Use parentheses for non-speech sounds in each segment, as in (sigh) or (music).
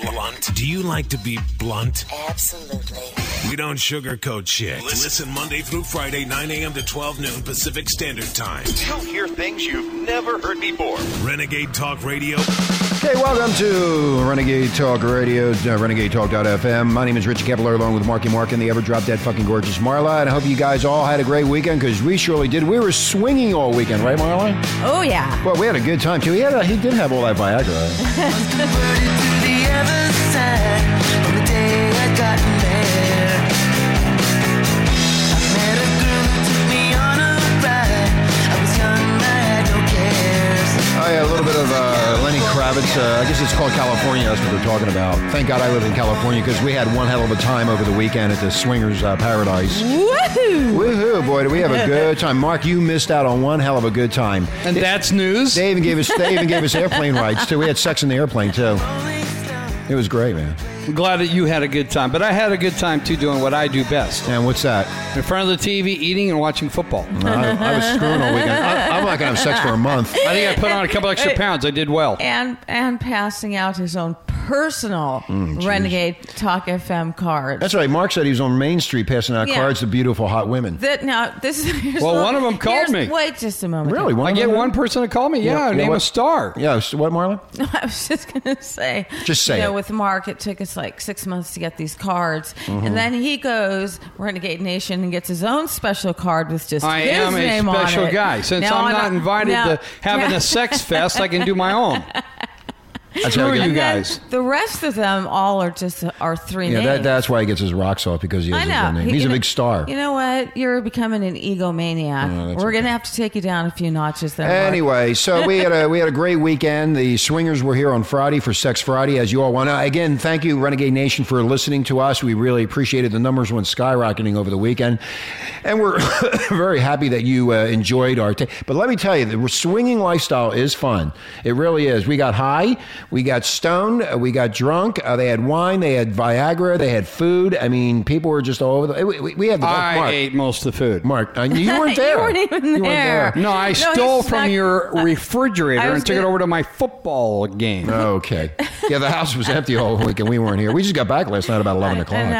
blunt? Do you like to be blunt? Absolutely. We don't sugarcoat shit. Listen Monday through Friday, 9 a.m. to 12 noon Pacific Standard Time. You'll hear things you've never heard before. Renegade Talk Radio. Okay, welcome to Renegade Talk Radio, uh, renegadetalk.fm. My name is Richie Kepler, along with Marky Mark and the ever drop dead fucking gorgeous Marla. And I hope you guys all had a great weekend because we surely did. We were swinging all weekend, right, Marla? Oh, yeah. Well, we had a good time too. He, had a, he did have all that Viagra. Converted to the other side on the day I got there. I met a girl who took me on a ride. I was young, I had no cares. I had Oh, a little bit of uh, Lenny Kravitz. Uh, I guess it's called California. That's what they're talking about. Thank God I live in California because we had one hell of a time over the weekend at the Swingers uh, Paradise. Woohoo! Woohoo, boy, did we have a good time. Mark, you missed out on one hell of a good time. And that's news. They even gave us they even gave us airplane rides too. We had sex in the airplane too. It was great, man. I'm glad that you had a good time, but I had a good time too doing what I do best And what's that? in front of the TV, eating and watching football. I, I was screwing all weekend. I, I'm not gonna have sex for a month. I think I put on a couple extra pounds. I did well. And and passing out his own personal Mm, Renegade Talk FM card. That's right. Mark said he was on Main Street passing out Yeah. cards to beautiful hot women. that now this is here's Well, a- one of 'em called here's- me. Wait just a moment. Really? One I of get them? one person to call me. Yeah, Yeah, yeah, name what- a star. Yeah. so What, Marla? (laughs) I was just gonna say. Just say You know, it. with Mark, it took us like six months to get these cards, Mm-hmm. and then he goes Renegade Nation and gets his own special card with just I his am a name on special it. guy. Since Now I'm on not a- invited now- to (laughs) having now- a sex fest, I can do my own. That's Screw how he you gets- and then guys. The rest of them all are just are three Yeah, names. that, that's why he gets his rocks off because he has I his know. own name. He- He's a you know- big star. You know what? You're becoming an egomaniac. No, that's We're okay. gonna have to take you down a few notches. Then Mark. Anyway, so we had a we had a great weekend. The swingers were here on Friday for Sex Friday, as you all want. Again, thank you, Renegade Nation, for listening to us. We really appreciated the numbers went skyrocketing over the weekend, and we're (coughs) very happy that you uh, enjoyed our. ta- but let me tell you, the swinging lifestyle is fun. It really is. We got high, we got stoned, uh, we got drunk. Uh, they had wine, they had Viagra, they had food. I mean, people were just all over. The, we, we- we had the I Mark. ate most of the food. Mark, uh, you weren't there. You weren't even You there. No, I No, he stole snuck- from your refrigerator I was and took gonna- it over to my football game. Okay. Yeah, the house was empty all week and we weren't here. We just got back last night about 11 I- I o'clock.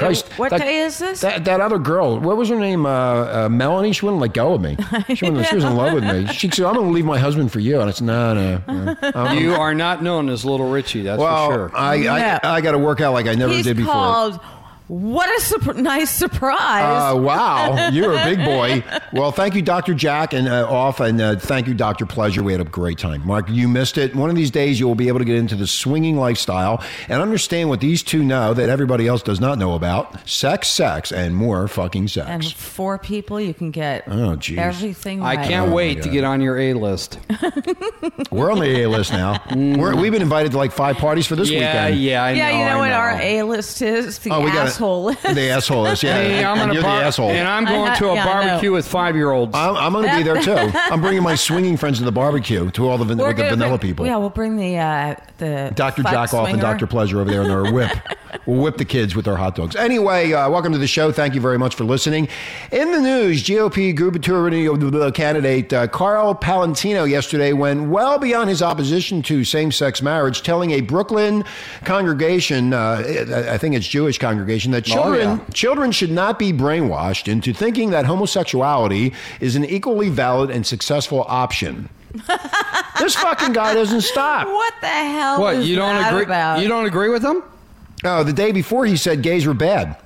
know. What day is this? That, that other girl, what was her name? Uh, uh, Melanie? She wouldn't let go of (laughs) me. She, wouldn't, she was in love with me. She said, I'm going to leave my husband for you. And I said, no, no. no. I'm- You are not known as Little Richie, that's well, uh, for sure. I, No. I, I got to work out like I never He's did before. called. What a surpr nice surprise! Uh, wow, you're a big boy. Well, thank you, Dr. Jack, and uh, off, and uh, thank you, Dr. Pleasure. We had a great time. Mark, you missed it. One of these days, you will be able to get into the swinging lifestyle and understand what these two know that everybody else does not know about sex, sex, and more fucking sex. and (laughs) four people, you can get Oh, geez. everything. I right. Oh can't my wait to God. get on your A list. We're on the A list now. We're, we've been invited to like five parties for this yeah, weekend. yeah, I Mm. yeah, know, you know I what our A list is? The Oh, we got asshole it. (laughs) list. The asshole list. (laughs) Yeah, Hey, I'm and gonna you're bar- the asshole. And I'm going I- to a yeah, I know. barbecue with five year olds. I'm, I'm going to be there too. (laughs) I'm bringing my swinging friends to the barbecue to all the, van- with the gonna vanilla bring- people. Yeah, we'll bring the uh, the Dr. fuck Jackoff and swinger. Dr. Pleasure over there in their (laughs) whip. We'll whip the kids with their hot dogs. Anyway, uh, welcome to the show. Thank you very much for listening. In the news, GOP gubernatorial candidate uh, Carl Palantino yesterday went well beyond his opposition to same-sex marriage, telling a Brooklyn congregation, uh, I I think it's Jewish congregation, Oh, that children yeah. Children should not be brainwashed into thinking that homosexuality is an equally valid and successful (laughs) option. this fucking guy doesn't stop. What the hell? what is you don't that agree? About? You don't agree with them? No, Oh, the day before he said gays were bad.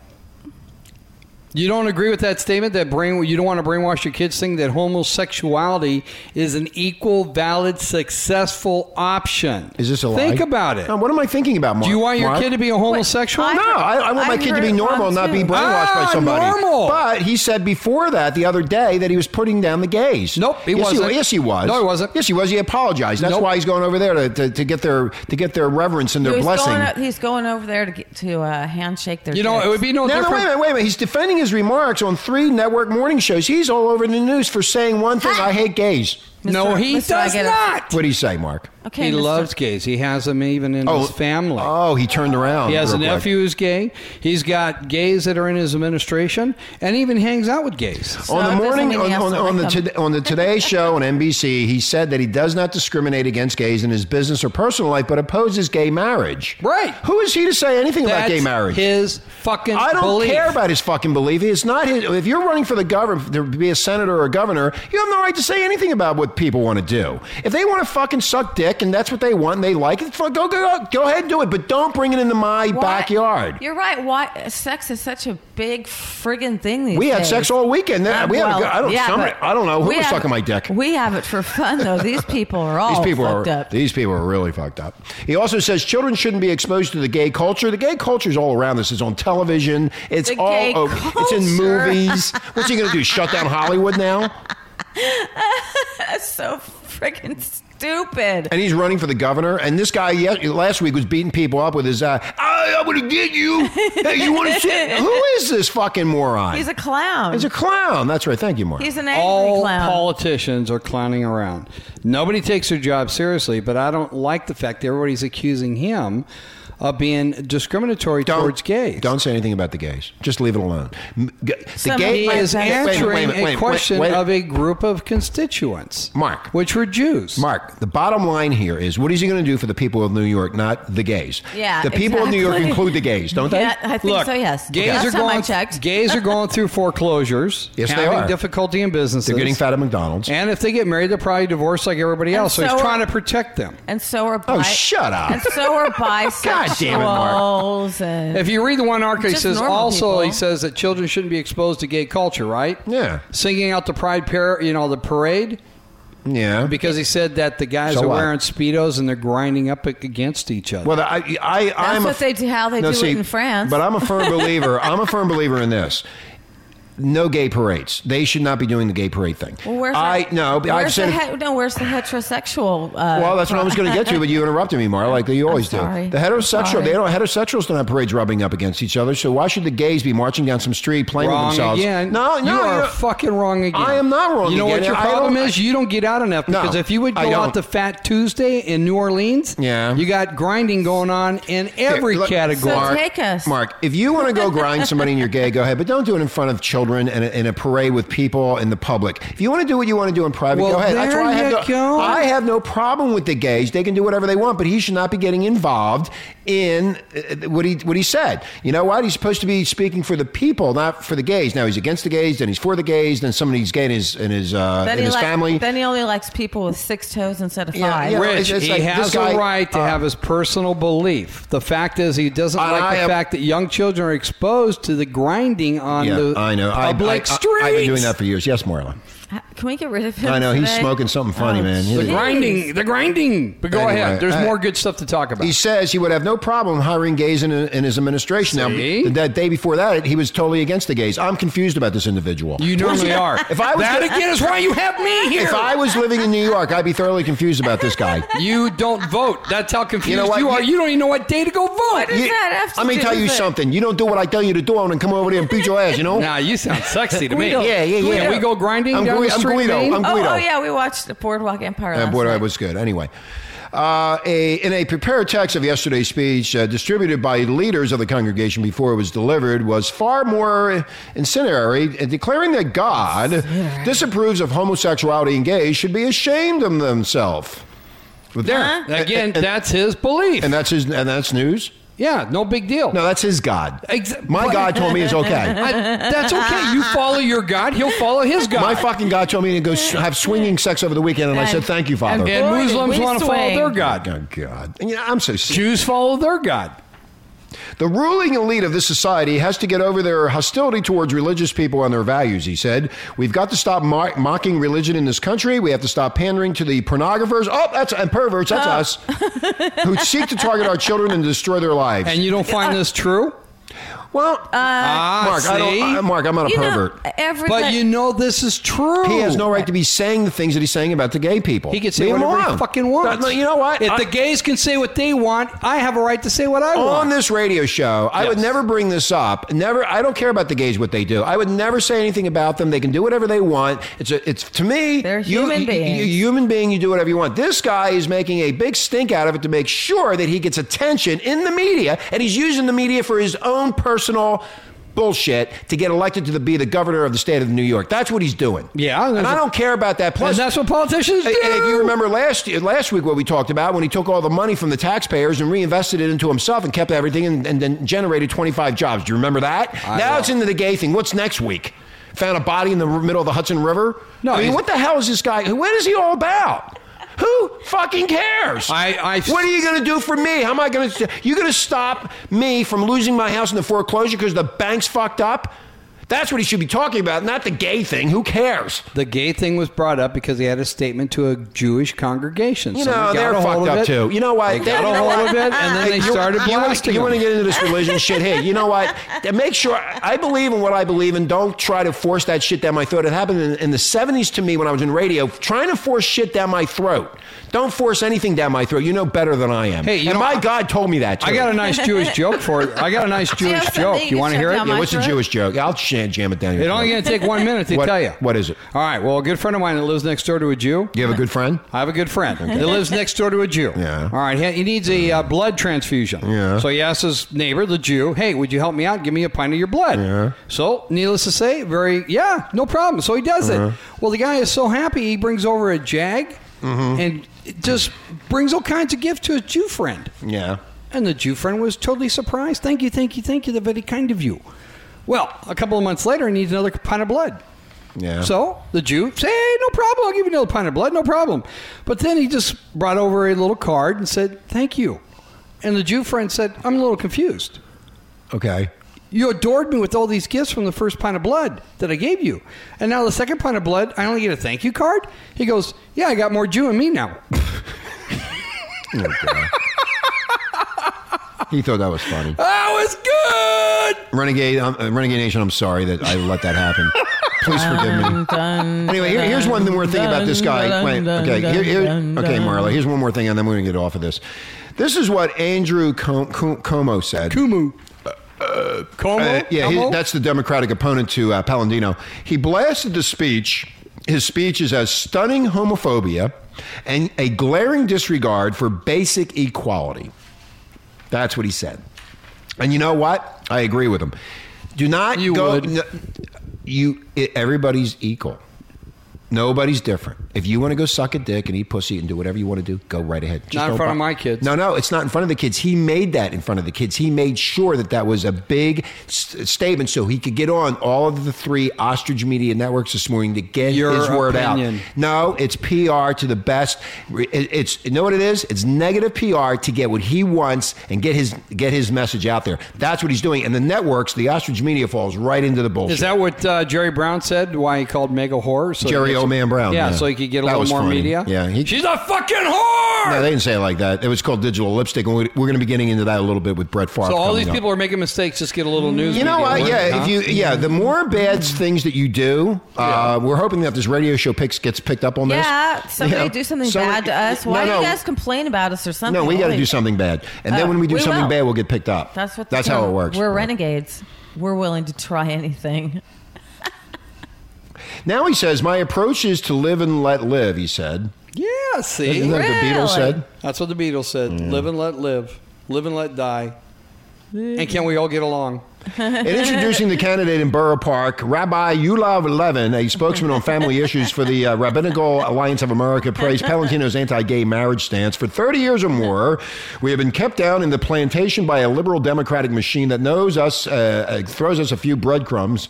You don't agree with that statement that brain you don't want to brainwash your kids saying that homosexuality is an equal, valid, successful option. Is this a lie? Think about it. No, what am I thinking about, Mark? Do you want your kid to be a homosexual? I- No, I, I want my I've kid to heard be it normal, wrong, not be too. brainwashed by Ah, somebody. normal. But he said before that, the other day, that he was putting down the gays. Nope, he yes, wasn't. yes, he was. No, he wasn't. Yes, he was. He apologized. That's Nope. why he's going over there to, to, to get their to get their reverence and their he's blessing. Going, o- he's going over there to get, to uh, handshake their. you know, it would be no No, no, different. wait a minute, wait a minute. He's defending his remarks on three network morning shows. He's all over the news for saying one thing: I hate gays. no, Mr. he Mr. I does get it. not. What do you say, Mark? Okay, he Mr. loves gays. He has them even in his family. Oh, he turned around. He has a real quick. nephew who's gay. He's got gays that are in his administration, and even hangs out with gays. So on the it doesn't morning mean he on, has on, to on the like them. today, on the (laughs) Today Show on NBC, he said that he does not discriminate against gays in his business or personal life, but opposes gay marriage. Right. Who is he to say anything about That's gay marriage? His fucking. I don't belief. care about his fucking belief. It's not his. If you're running for the government to be a senator or a governor, you have no right to say anything about what people want to do. If they want to fucking suck dick and that's what they want, and they like it. Fuck, go go go ahead and do it. But don't bring it into my Why- backyard. You're right. Why sex is such a big friggin' thing these We days. had sex all weekend. Uh, we had a well, good- I don't. yeah, somebody- but I don't know who we was have- sucking my dick. We have it for fun though. These (laughs) people are all These people fucked are up. these people are really fucked up. He also says children shouldn't be exposed to the gay culture. The gay culture is all around us. It's on television. It's The all gay over. It's in culture. movies. What's he going to do? Shut down Hollywood now? That's so friggin' stupid. And he's running for the governor. And this guy ye- last week was beating people up with his uh, I, I'm going to get you. Hey, you want to (laughs) sit? Who is this fucking moron? He's a clown. He's a clown. That's right. Thank you, Mark. He's an angry All clown. politicians are clowning around. Nobody takes their job seriously, but I don't like the fact that everybody's accusing him of being discriminatory don't, towards gays. Don't say anything about the gays. Just leave it alone. M- g- The Some gay He Wait, is wait, wait, answering wait, wait, wait, a question wait. of a group of constituents, Mark. which were Jews. Mark, the bottom line here is what is he going to do for the people of New York, not the gays? Yeah, The people of New York exactly. include the gays, don't they? (laughs) Yeah, I think Look, so. Yes. Gays Last are time I going. checked. Gays are going through foreclosures. (laughs) Yes, they having are. difficulty in businesses. They're getting fat at McDonald's. And if they get married, they're probably divorced like everybody And else. So, so he's are- trying to protect them. and so are bi- oh, shut up. And (laughs) so are bisexuals. damn it, Mark. and If you read the one article, he Just says normal also he people. says that children shouldn't be exposed to gay culture, right? Yeah. Singing out the pride par- you know, the parade yeah. because he said that the guys So are what? wearing speedos and they're grinding up against each other. Well, I, I, I'm what they do- how they do it in France. But I'm a (laughs) firm believer. I'm a firm believer in this. No gay parades. They should not be doing the gay parade thing. well, where's I the, no. Where's I've said the he- no. Where's the heterosexual? Uh, Well, that's what I was going to get to, but you interrupted me, Mara, like you always do. sorry. The I'm heterosexual, sorry. they don't heterosexuals don't have parades rubbing up against each other. So why should the gays be marching down some street playing wrong with themselves? again. No, no, you are you're- fucking wrong again. I am not wrong You know again. what your I problem don't- is? You don't get out enough No, because if you would I go don't. out to Fat Tuesday in New Orleans, Yeah. you got grinding going on in every Here, look- category. So take us. Mark, if you want to go grind somebody and you're gay, go ahead. But don't do it in front of children and in a parade with people in the public. If you want to do what you want to do in private, Well, go ahead. That's there why I have, you no, go. I have no problem with the gays. They can do whatever they want, but he should not be getting involved in uh, what he what he said. You know what? He's supposed to be speaking for the people, not for the gays. Now he's against the gays, then he's for the gays, then somebody's gay in his in his uh, Then in he his like- family. Then he only likes people with six toes instead of Yeah, five. yeah. Rich, It's- it's he like this has guy- uh, a right to have his personal belief. The fact is, he doesn't And like I the am- fact that young children are exposed to the grinding on yeah, the I know. I, I, I, public streets. I've been doing that for years. Yes, Marla. Can we get rid of him? I know, he's today? Oh, smoking something funny, man. He's a- jeez. the grinding, the grinding. But go Anyway, ahead. There's I- more good stuff to talk about. He says he would have no problem hiring gays in, in his administration. See? Now, that day before that, he was totally against the gays. I'm confused about this individual. (laughs) You normally are. If I was that gonna- again is why you have me here. if I was living in New York, I'd be thoroughly confused about this (laughs) guy. you don't vote. That's how confused You you, know what? are. You don't even know what day to go vote. does that have to I'm gonna do tell you with it? something. You don't do what I tell you to do, I'm gonna come over there and beat your ass. You know? Nah, you sound sexy to me. Guido. Yeah, yeah, yeah. Can we go grinding I'm down Gui- the I'm street? Guido. Maine? I'm Oh, Guido. oh yeah, we watched the Boardwalk Empire. Uh, last boy, night. it was good. Anyway, uh, a, in a prepared text of yesterday's speech, uh, distributed by leaders of the congregation before it was delivered, was far more incendiary, uh, declaring that God disapproves of homosexuality and gays should be ashamed of themselves. But there, Huh? Again, and, that's his belief. and that's his, and that's news. yeah, no big deal. No, that's his God. Ex- My but- God told me it's (laughs) okay. I, that's okay. You follow your God, he'll follow his God. My fucking God told me to go s- have swinging sex over the weekend, and I said, And- "Thank you, Father." and Boy, did Muslims we want to follow swing. their Oh, God. God, God, And, you know, I'm so sick. Jews follow their God. The ruling elite of this society has to get over their hostility towards religious people and their values, he said. We've got to stop mo- mocking religion in this country. We have to stop pandering to the pornographers. Oh, that's and perverts. That's us who seek to target our children and destroy their lives. And you don't find this true? Well, ah, Mark, I see? don't, I- Mark, I'm not a Uh, you pervert. know, uh, oh. every but you know this is true. He has no right to be saying the things that he's saying about the gay people. He can say Leave him whatever he alone. fucking wants. No, no, you know what? If I- the gays can say what they want, I have a right to say what I want. on this radio show, I would Yes. never bring this up. Never. I don't care about the gays what they do. I would never say anything about them. They can do whatever they want. It's a, it's to me. They're you- human you- you- beings. you- human being. You do whatever you want. This guy is making a big stink out of it to make sure that he gets attention in the media, and he's using the media for his own personal. Bullshit to get elected to the, be the governor of the state of New York. That's what he's doing. Yeah, and there's I a- don't care about that. Plus, and that's what politicians do. and and if you remember last year- last week what we talked about when he took all the money from the taxpayers and reinvested it into himself and kept everything and, and then generated 25 jobs. Do you remember that? now it's into the gay thing. What's next week? Found a body in the middle of the Hudson River? No, I mean, he's- what the hell is this guy? What is he all about? Who fucking cares? I- I- what are you going to do for me? How am I going to? You're going to stop me from losing my house in the foreclosure because the bank's fucked up? That's what he should be talking about, not the gay thing. Who cares? The gay thing was brought up because he had a statement to a Jewish congregation. You Someone know, got they're a hold fucked of up it. too. You know They what? got a hold of it, and then Hey, they you- started you wanna- blasting You want to him. get into this religion shit? Hey, you know what? To Make sure I believe in what I believe in. Don't try to force that shit down my throat. It happened in, in the '70s to me when I was in radio, trying to force shit down my throat. Don't force anything down my throat. You know better than I am. Hey, you and know, my I- God told me that. Too. I got a (laughs) nice Jewish joke for it. I got a nice you have Jewish something joke. you You can want to shove hear it? down Yeah, my what's a throat? Jewish joke? I'll jam, jam it down your It only throat. going to take one minute to What- tell you. what is it? All right. Well, a good friend of mine that lives next door to a Jew. you have a good friend? I have a good friend that lives next door to a Jew. Yeah. All right. he- He needs a uh, blood transfusion. Yeah. So he asks his neighbor, the Jew, "Hey, would you help me out? Give me a pint of your blood." Yeah. So, needless to say, very yeah, no problem. So he does Uh-huh. it. Well, the guy is so happy he brings over a jag Mm-hmm. and it just brings all kinds of gift to his Jew friend. Yeah. And the Jew friend was totally surprised. Thank you, thank you, thank you. They're very kind of you. Well, a couple of months later, he needs another pint of blood. Yeah. So the Jew say, hey, no problem. I'll give you another pint of blood, no problem. But then he just brought over a little card and said, thank you. And the Jew friend said, I'm a little confused. okay. You adored me with all these gifts from the first pint of blood that I gave you. And now the second pint of blood, I only get a thank you card? He goes, yeah, I got more Jew in me now. (laughs) He thought that was funny. (laughs) that was good. Renegade, um, uh, Renegade Nation, I'm sorry that I let that happen. Please forgive me. Anyway, here, here's one more thing about this guy. Wait, okay, here, here, okay, Marla. Here's one more thing, and then we're gonna get off of this. This is what Andrew Com- Com- Como said. Kumu. Como? Uh, yeah, he, Como? that's the Democratic opponent to uh, Palladino. He blasted the speech. His speech is as stunning homophobia and a glaring disregard for basic equality. That's what he said. And you know what? I agree with him. Do not You go. would. n- you i everybody's equal. Nobody's different. If you want to go suck a dick and eat pussy and do whatever you want to do, go right ahead. Just Not in don't front of bu- my kids. No, no, it's not in front of the kids. He made that in front of the kids. He made sure that that was a big s statement so he could get on all of the three ostrich media networks this morning to get Your his word opinion. out. No, it's PR to the best. It- It's you know what it is? It's negative PR to get what he wants and get his get his message out there. That's what he's doing. And the networks, the ostrich media falls right into the bullshit. Is that what uh, Jerry Brown said? Why he called Meg a whore? So Jerry he- Old Man Brown, Yeah, yeah. so he could get a That was little more funny. media. Yeah, he- she's a fucking whore. no, they didn't say it like that. It was called digital lipstick, and we- we're going to be getting into that a little bit with Brett Favre. so all coming these up. people are making mistakes. Just get a little news. You know media what? word, Yeah, huh? if you yeah, the more bad things that you do, uh, we're hoping that this radio show picks gets picked up on this. Yeah, somebody Yeah. do something Somebody- bad to us. Why no, do you no. guys complain about us or something? No, we got to Always. do something bad, and then Oh, when we do we something will. bad, we'll get picked up. That's what. that's the- how it works. We're Right. renegades. We're willing to try anything. Now he says, "My approach is to live and let live." He said, yeah. "Isn't that See, what the Beatles Really? said?" that's what the Beatles said: live and let live, live and let die. And can we all get along? In introducing the candidate in Borough Park, Rabbi Yulav Levin, a spokesman on family issues for the uh, Rabbinical Alliance of America, praised Palantino's anti gay marriage stance. For 30 years or more, we have been kept down in the plantation by a liberal democratic machine that knows us, uh, uh, throws us a few breadcrumbs.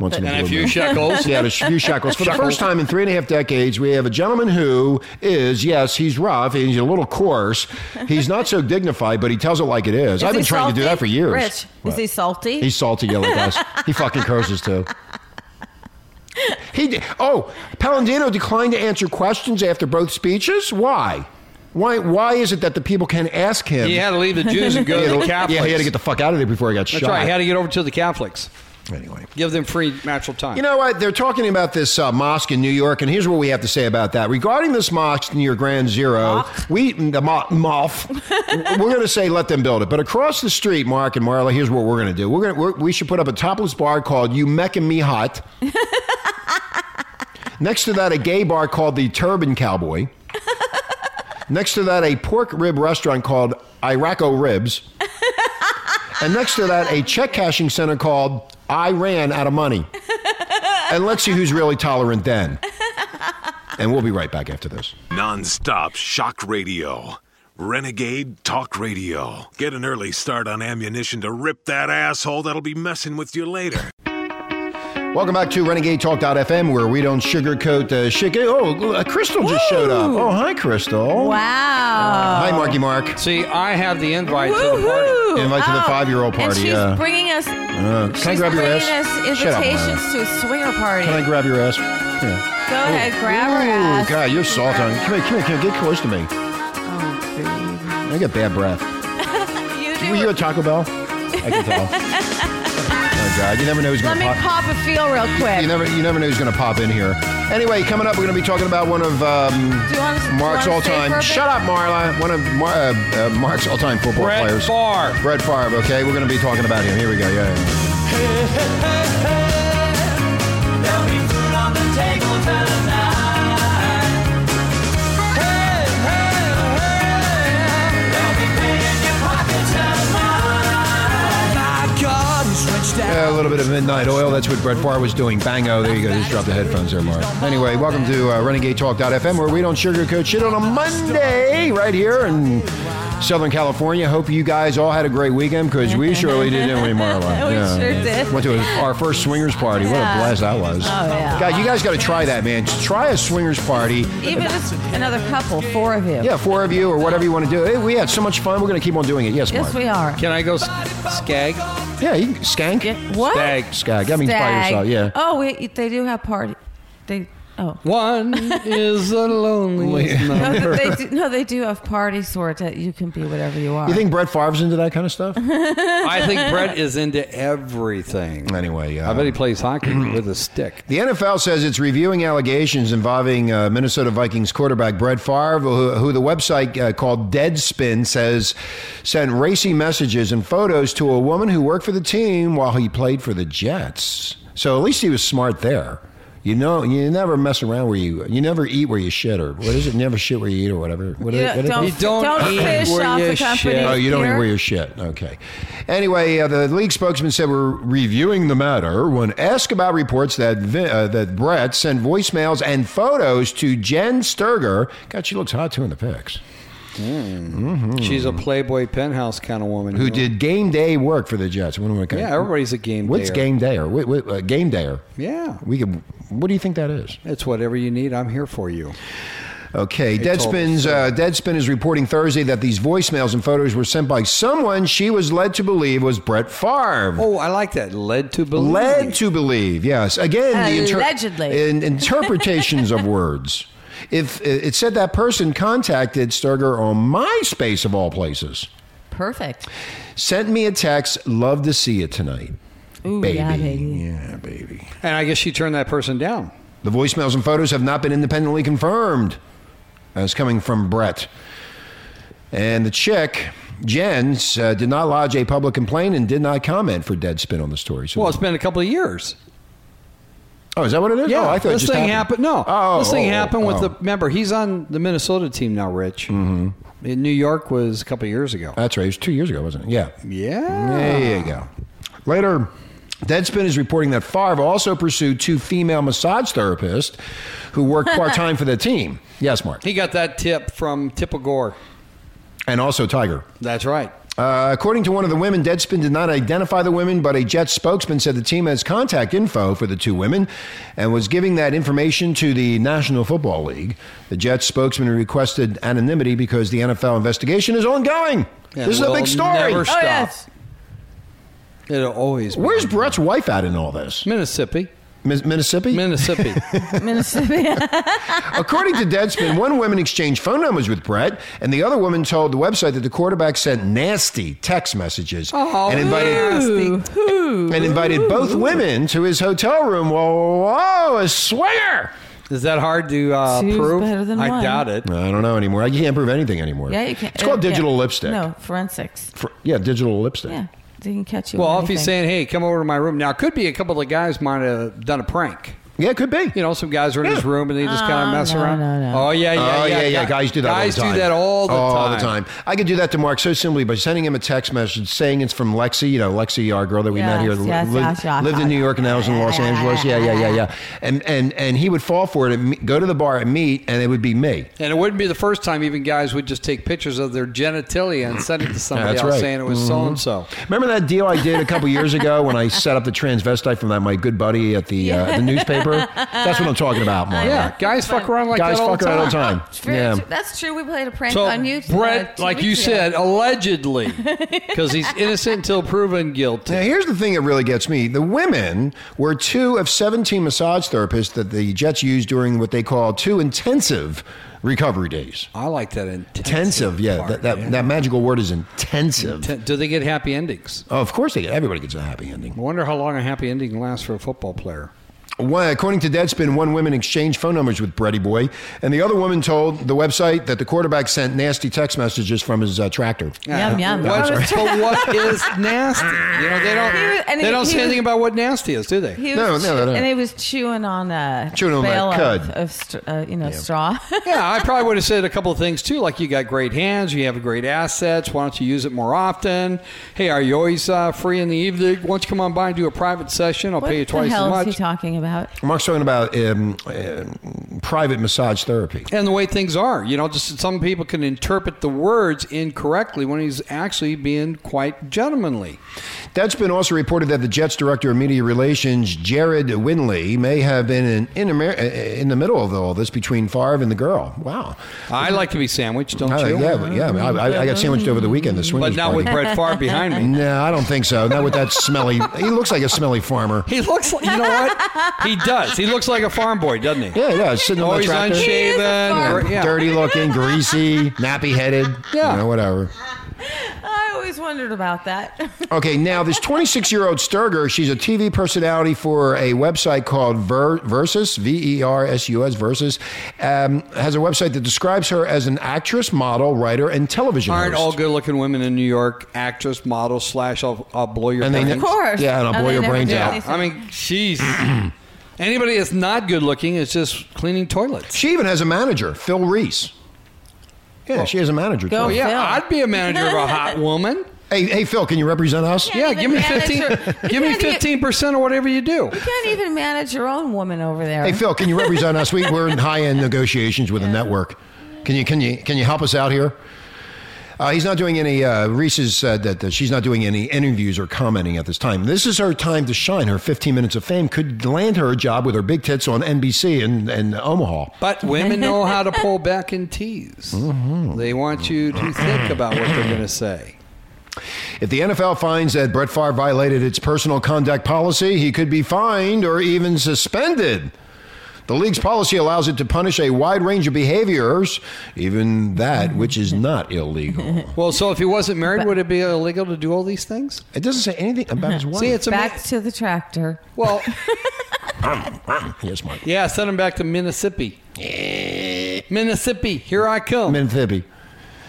Once in And a blue few moon. shekels. (laughs) Yeah, a few shekels. For the Shekels. first time in three and a half decades, we have a gentleman who is, yes, he's rough, he's a little coarse, he's not so dignified, but he tells it like it is. I've Is he been trying to do salty? that for years. Rich, What? is he salty? He's salty, yellow guys. he fucking curses too. He did, oh, Palladino declined to answer questions after both speeches. Why? Why, why is it that the people can ask him? He had to leave the Jews and go He to had the to- Catholics. yeah, he had to get the fuck out of there before he got That's shot. right. He had to get over to the Catholics. anyway. Give them free natural time. You know what? They're talking about this uh, mosque in New York, and here's what we have to say about that. Regarding this mosque near Grand Zero, we the mo- moth, we're going to say let them build it. But across the street, Mark and Marla, here's what we're going to do. We're going to we're, we should put up a topless bar called You Mecca Me Hot. Next to that, a gay bar called the Turban Cowboy. Next to that, a pork rib restaurant called Iraco Ribs. And next to that, a check cashing center called I Ran Out of Money. And let's see who's really tolerant then. And we'll be right back after this. Nonstop shock radio. Renegade Talk Radio. Get an early start on ammunition to rip that asshole that'll be messing with you later. Welcome back to Renegade Talk.fm, where we don't sugarcoat the shit. Oh, uh, Crystal just showed up. Oh, hi, Crystal. Wow. Hi, Marky Mark. See, I have the invite to the party. Woohoo! Oh, Invite to the five-year-old And party, she's yeah. bringing us. Uh, can she's I grab your bringing ass? us Shut up, invitations Maya. to a swinger party. Can I grab your ass? Yeah. Go ahead, grab her Oh, ass. God, you're soft on. Come here, come here, come here. Get close to me. Oh, I got bad breath. baby. You Were you do. at Taco Bell? I can (laughs) tell. oh, God. You never know who's Let going me to pop. pop a feel real You quick. never, you never know who's going to pop in here. Anyway, coming up, we're going to be talking about one of um, Do you want to- do you want Mark's to all stay for a time. bit? Shut up, Marla. One of Mar- uh, uh, Mark's all time football Brett players. Favre. Brett Favre. Okay, we're going to be talking about him. Here we go. Yeah. yeah. There'll be food on the table tonight. Hey, hey, hey. There'll be pay in your pocket tonight. My God, you stretched out. Yeah, a little bit of midnight oil. That's what Brett Favre was doing. Bango. There you go. Just drop the headphones there, Mark. Anyway, welcome to uh, RenegadeTalk.fm, where we don't sugarcoat shit on a Monday, right here in Southern California. Hope you guys all had a great weekend because we surely did, didn't we, Marla? (laughs) We sure did. Went to our first swingers party. What a Yeah. blast that was! Oh, yeah. God, you guys got to try that, man. Just try a swingers party. Even just another couple, four of you. Yeah, four of you or whatever you want to do. Hey, we had so much fun. We're going to keep on doing it. Yes, Yes, Mark. we are. Can I go s- skag? Yeah, you can skank. Yeah, What? Stag. Skag. That means by Stag. yourself. Yeah. Oh, wait, they do have party. They. (laughs) Oh. (laughs) One is the loneliest No, number. but they do, no, they do have party sorts that you can be whatever you are. You think Brett Favre's into that kind of stuff? I think Brett is into everything. anyway, I bet he um, (clears throat) plays hockey with a stick. The NFL says it's reviewing allegations involving uh, Minnesota Vikings quarterback Brett Favre, who, who the website uh, called Deadspin says sent racy messages and photos to a woman who worked for the team while he played for the Jets. So at least he was smart there. You know, you never mess around where you you never eat where you shit or what is it? You never shit where you eat or whatever. What You is- what is- don't, You don't don't eat fish where off you the company. shit. Oh, you don't Peter. even wear your shit. Okay. Anyway, uh, the league spokesman said we're reviewing the matter when asked about reports that Vi- uh, that Brett sent voicemails and photos to Jen Sturger. God, she looks hot too in the pics. She's a Playboy penthouse kind of woman. Hmm. Who you know? did game day work for the Jets? When we Yeah, everybody's a game What's dayer. game day or what, what, uh, game dayer? Yeah. We could. What do you think that is? It's whatever you need. I'm here for you. Okay, They told Deadspin's us, uh, Deadspin is reporting Thursday that these voicemails and photos were sent by someone she was led to believe was Brett Favre. Oh, I like that. Led to believe. Led to believe, yes. Again, the inter- Allegedly. in- interpretations of words. If it said that person contacted Sturger on MySpace of all places, Perfect. sent me a text, love to see you tonight, Ooh, baby. yeah, baby. Yeah, baby. And I guess she turned that person down. The voicemails and photos have not been independently confirmed. That's coming from Brett. And the chick, Jens, uh, did not lodge a public complaint and did not comment for Deadspin on the story. So Well, it's been a couple of years. oh, is that what it is? Yeah, oh, I thought it this just thing happened. No, Oh, this thing oh, happened with oh. the. Remember, he's on the Minnesota team now, Rich. Mm-hmm. In New York was a couple of years ago. That's right. It was two years ago, wasn't it? Yeah. yeah. There you go. Later, Deadspin is reporting that Favre also pursued two female massage therapists who (laughs) worked part time for the team. Yes, Mark. He got that tip from Tipple Gore. And also Tiger. That's right. Uh, according to one of the women, Deadspin did not identify the women, but a Jets spokesman said the team has contact info for the two women and was giving that information to the National Football League. The Jets spokesman requested anonymity because the NFL investigation is ongoing. And this is a will big story. Never stop. Oh, yes. It'll always. be- Where's Brett's wife at in all this? Mississippi? Mis- Mississippi? Mississippi. Mississippi. (laughs) According to Deadspin, one woman exchanged phone numbers with Brett, and the other woman told the website that the quarterback sent nasty text messages Oh, and invited Who? Who? and invited both women to his hotel room. Whoa, whoa, a swinger! Is that hard to uh, Two's prove? better than I one. doubt it. I don't know anymore. You can't prove anything anymore. Yeah, you can. It's called uh, yeah. digital lipstick. No, forensics. For- yeah, digital lipstick. Yeah, they can catch you. Well, with if he's anything. saying, "Hey, come over to my room," now it could be a couple of the guys might have done a prank. Yeah, it could be. You know, some guys are in his Yeah. room and they just kind of Oh, mess no, around. no, no. Oh yeah, yeah, oh, yeah, yeah. Gu- Guys do that Guys all the time. do that all the all time. the time. I could do that to Mark so simply by sending him a text message saying it's from Lexi, you know, Lexi, our girl that we met Yes, here, li- yes, li- yes, yes, lived in yes. New York and now is in Los Angeles. Yeah, yeah, yeah, yeah. And and and he would fall for it and me- go to the bar and meet, and it would be me. And it wouldn't be the first time even guys would just take pictures of their genitalia and send (clears throat) it to somebody That's else right. Mm-hmm. saying it was so and so. Remember that deal I did a couple years ago when I set up the transvestite from that my good buddy at the uh, at the newspaper? That's what I'm talking about, Mark. Yeah, guys fuck around like Guys that all fuck the around time. all the time. It's very Yeah. true. that's true. We played a prank So on you, uh, Brett, two like you weeks ago. said, (laughs) allegedly, because he's innocent until proven guilty. Now, here's the thing that really gets me. The women were two of 17 massage therapists that the Jets used during what they call two intensive recovery days. I like that intensive. Intensive, yeah. part, That, that, yeah. that magical word is intensive. Ten- Do they get happy endings? Oh, of course, they get, everybody gets a happy ending. I wonder how long a happy ending can last for a football player. One, according to Deadspin, one woman exchanged phone numbers with Bretty Boy, and the other woman told the website that the quarterback sent nasty text messages from his uh, tractor. Yum, yum. What, That was but what is nasty? You know, they He was- don't, and they he- don't he say was- anything about what nasty is, do they? He No, was no, chew- no. And he was chewing on a Chewing on that bale cud. of, of st- uh, you know straw. (laughs) yeah, I probably would have said a couple of things too, like you got great hands, you have great assets. Why don't you use it more often? Hey, are you always uh, free in the evening? Why don't you come on by and do a private session? I'll what pay you twice the hell as is he much. talking about? Mark's talking about um, uh, private massage therapy. and the way things are, you know, just some people can interpret the words incorrectly when he's actually being quite gentlemanly. That's been also reported that the Jets director of media relations, Jared Winley, may have been in in, Amer- eh, in the middle of all this between Favre and the girl. Wow. I like to be sandwiched, don't I, you? yeah, yeah. I, I, I got sandwiched over the weekend. The swingers Oh, But not with party. Brett Favre behind me. No, I don't think so. Not with that smelly. He looks like a smelly farmer. He looks like, you know what? He does. He looks like a farm boy, doesn't he? Yeah, yeah. Sitting on Oh, the he's tractor. unshaven. farm gr- yeah. Dirty looking, greasy, nappy headed. Yeah. You know, whatever. I always wondered about that. (laughs) Okay, now this 26 year old Sturger, she's a TV personality for a website called Ver- Versus, V E R S U S, Versus, um, has a website that describes her as an actress, model, writer, and television Aren't host. all good-looking women in New York actress, model, slash, I'll, I'll blow your And they brains. ne- Of course. Yeah, and I'll Oh, blow they your never brains do out. anything. I mean, jeez. Anybody that's not good-looking is just cleaning toilets. She even has a manager, Phil Reese. Yeah, she has a manager. Go too. Oh yeah, Phil. I'd be a manager of a hot woman. Hey, hey, Phil, can you represent us? Yeah. Yeah, even give me manage fifteen. your- Give Yeah, me you- fifteen percent of whatever you You do. can't even manage your own woman over there. Hey, Phil, can you represent us? We, we're in high end negotiations with a network. Can you can you can you help us out here? Uh, he's not doing any. Uh, Reese has said that, that she's not doing any interviews or commenting at this time. This is her time to shine. Her 15 minutes of fame could land her a job with her big tits on NBC and, and Omaha. But women know how to pull back and tease. They want you to think about what they're going to say. If the NFL finds that Brett Favre violated its personal conduct policy, he could be fined or even suspended. The league's policy allows it to punish a wide range of behaviors, even that which is not illegal. Well, so if he wasn't married, would it be illegal to do all these things? It doesn't say anything about (laughs) his wife. See, it's a mi- Back to the tractor. well, yes, Mike. yeah. Send him back to Mississippi. Mississippi, here I come. Mississippi.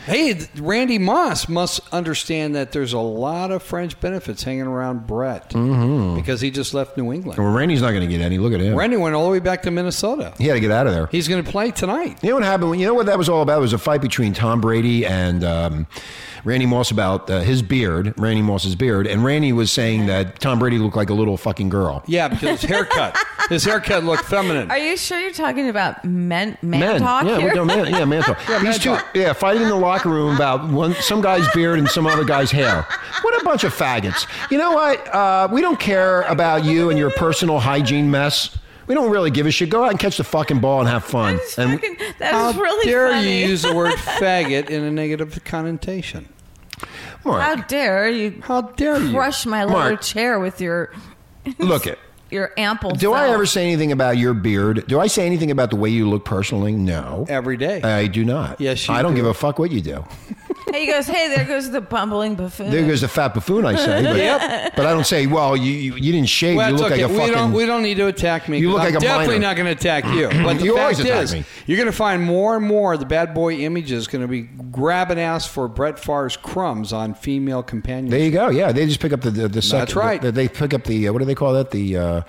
Hey, th- Randy Moss must understand that there's a lot of French benefits hanging around Brett because he just left New England. Well, Randy's not going to get any. Look at him. Randy went all the way back to Minnesota. he had to get out of there. He's going to play tonight. You know what happened? when- You know what that was all about? It was a fight between Tom Brady and um, Randy Moss about uh, his beard, Randy Moss's beard, and Randy was saying that Tom Brady looked like a little fucking girl. Yeah, because his haircut, his haircut looked feminine. Are you sure you're talking about men man Men, talk yeah, here? we're doing man, yeah, man (laughs) talk. These two, yeah, fighting in the locker room about one, some guy's beard and some other guy's hair. What a bunch of faggots! You know what? Uh, we don't care about you and your personal hygiene mess. We don't really give a shit. Go out and catch the fucking ball and have fun. (laughs) That's And fucking- that How is really dare funny. you use the word faggot in a negative connotation? Mark, (laughs) How dare you How dare you? crush my leather Mark. chair with your look it. your ample. Do I self. ever say anything about your beard? Do I say anything about the way you look personally? No. every day. I do not. Yes, you I don't do. give a fuck what you do. He goes, hey, there goes the bumbling buffoon. There goes the fat buffoon I say, (laughs) but, but I don't say, well, you, you, you didn't shave. well, you it's look okay. like a we fucking. don't. We don't need to attack me. You 'cause look I'm like a definitely minor. not going to (clears throat) attack you. But the You always fact attack is, me. you're going to find more and more of the bad boy images going to be grabbing ass for Brett Favre's crumbs on female companions. there you go. Yeah, they just pick up the the, the second. right. The, they pick up the uh, what do they call that? The uh,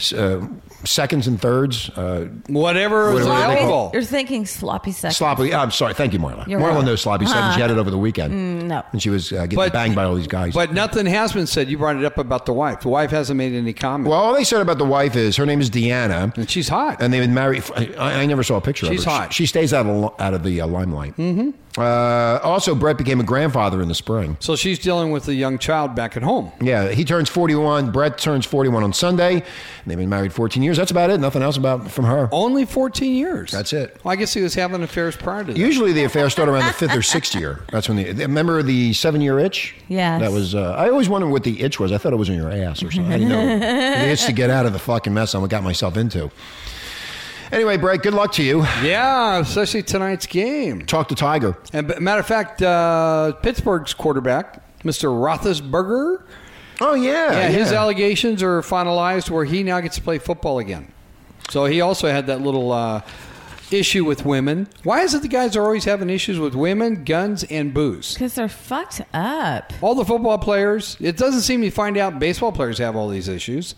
s- uh, seconds and thirds. Uh, whatever is Whatever they available. You're thinking sloppy sex. sloppy. I'm sorry. Thank you, Marla. You're Marla welcome. Uh-huh. Mm, knows sloppy seconds. She had it over the weekend, no. and she was uh, getting But- banged by all these guys. But nothing has been said. You brought it up about the wife. The wife hasn't made any comment. well, all they said about the wife is her name is Deanna. and she's hot. and they've been married. For, I, I never saw a picture She's of her. hot. She, she stays out of li- out of the uh, limelight. Mm-hmm. Uh, also, Brett became a grandfather in the spring. so she's dealing with a young child back at home. Yeah, he turns forty one. Brett turns forty one on Sunday. They've been married fourteen years. That's about it. Nothing else about from her. Only 14 years. That's it. Well, I guess he was having affairs prior to that. Usually the affairs start around the fifth or sixth year. That's when the remember the seven year itch. Yes. that was. Uh, I always wondered what the itch was. I thought it was in your ass or something. I didn't know. the itch to get out of the fucking mess I got myself into. Anyway, Brett, good luck to you. yeah, especially tonight's game. Talk to Tiger. And b- matter of fact, uh, Pittsburgh's quarterback, Mr. Roethlisberger, Oh yeah, yeah, his yeah. allegations are finalized where he now gets to play football again. So he also had that little uh, issue with women. Why is it the guys are always having issues with women, guns, and booze? Because they're fucked up. All the football players. It doesn't seem to find out baseball players have all these issues.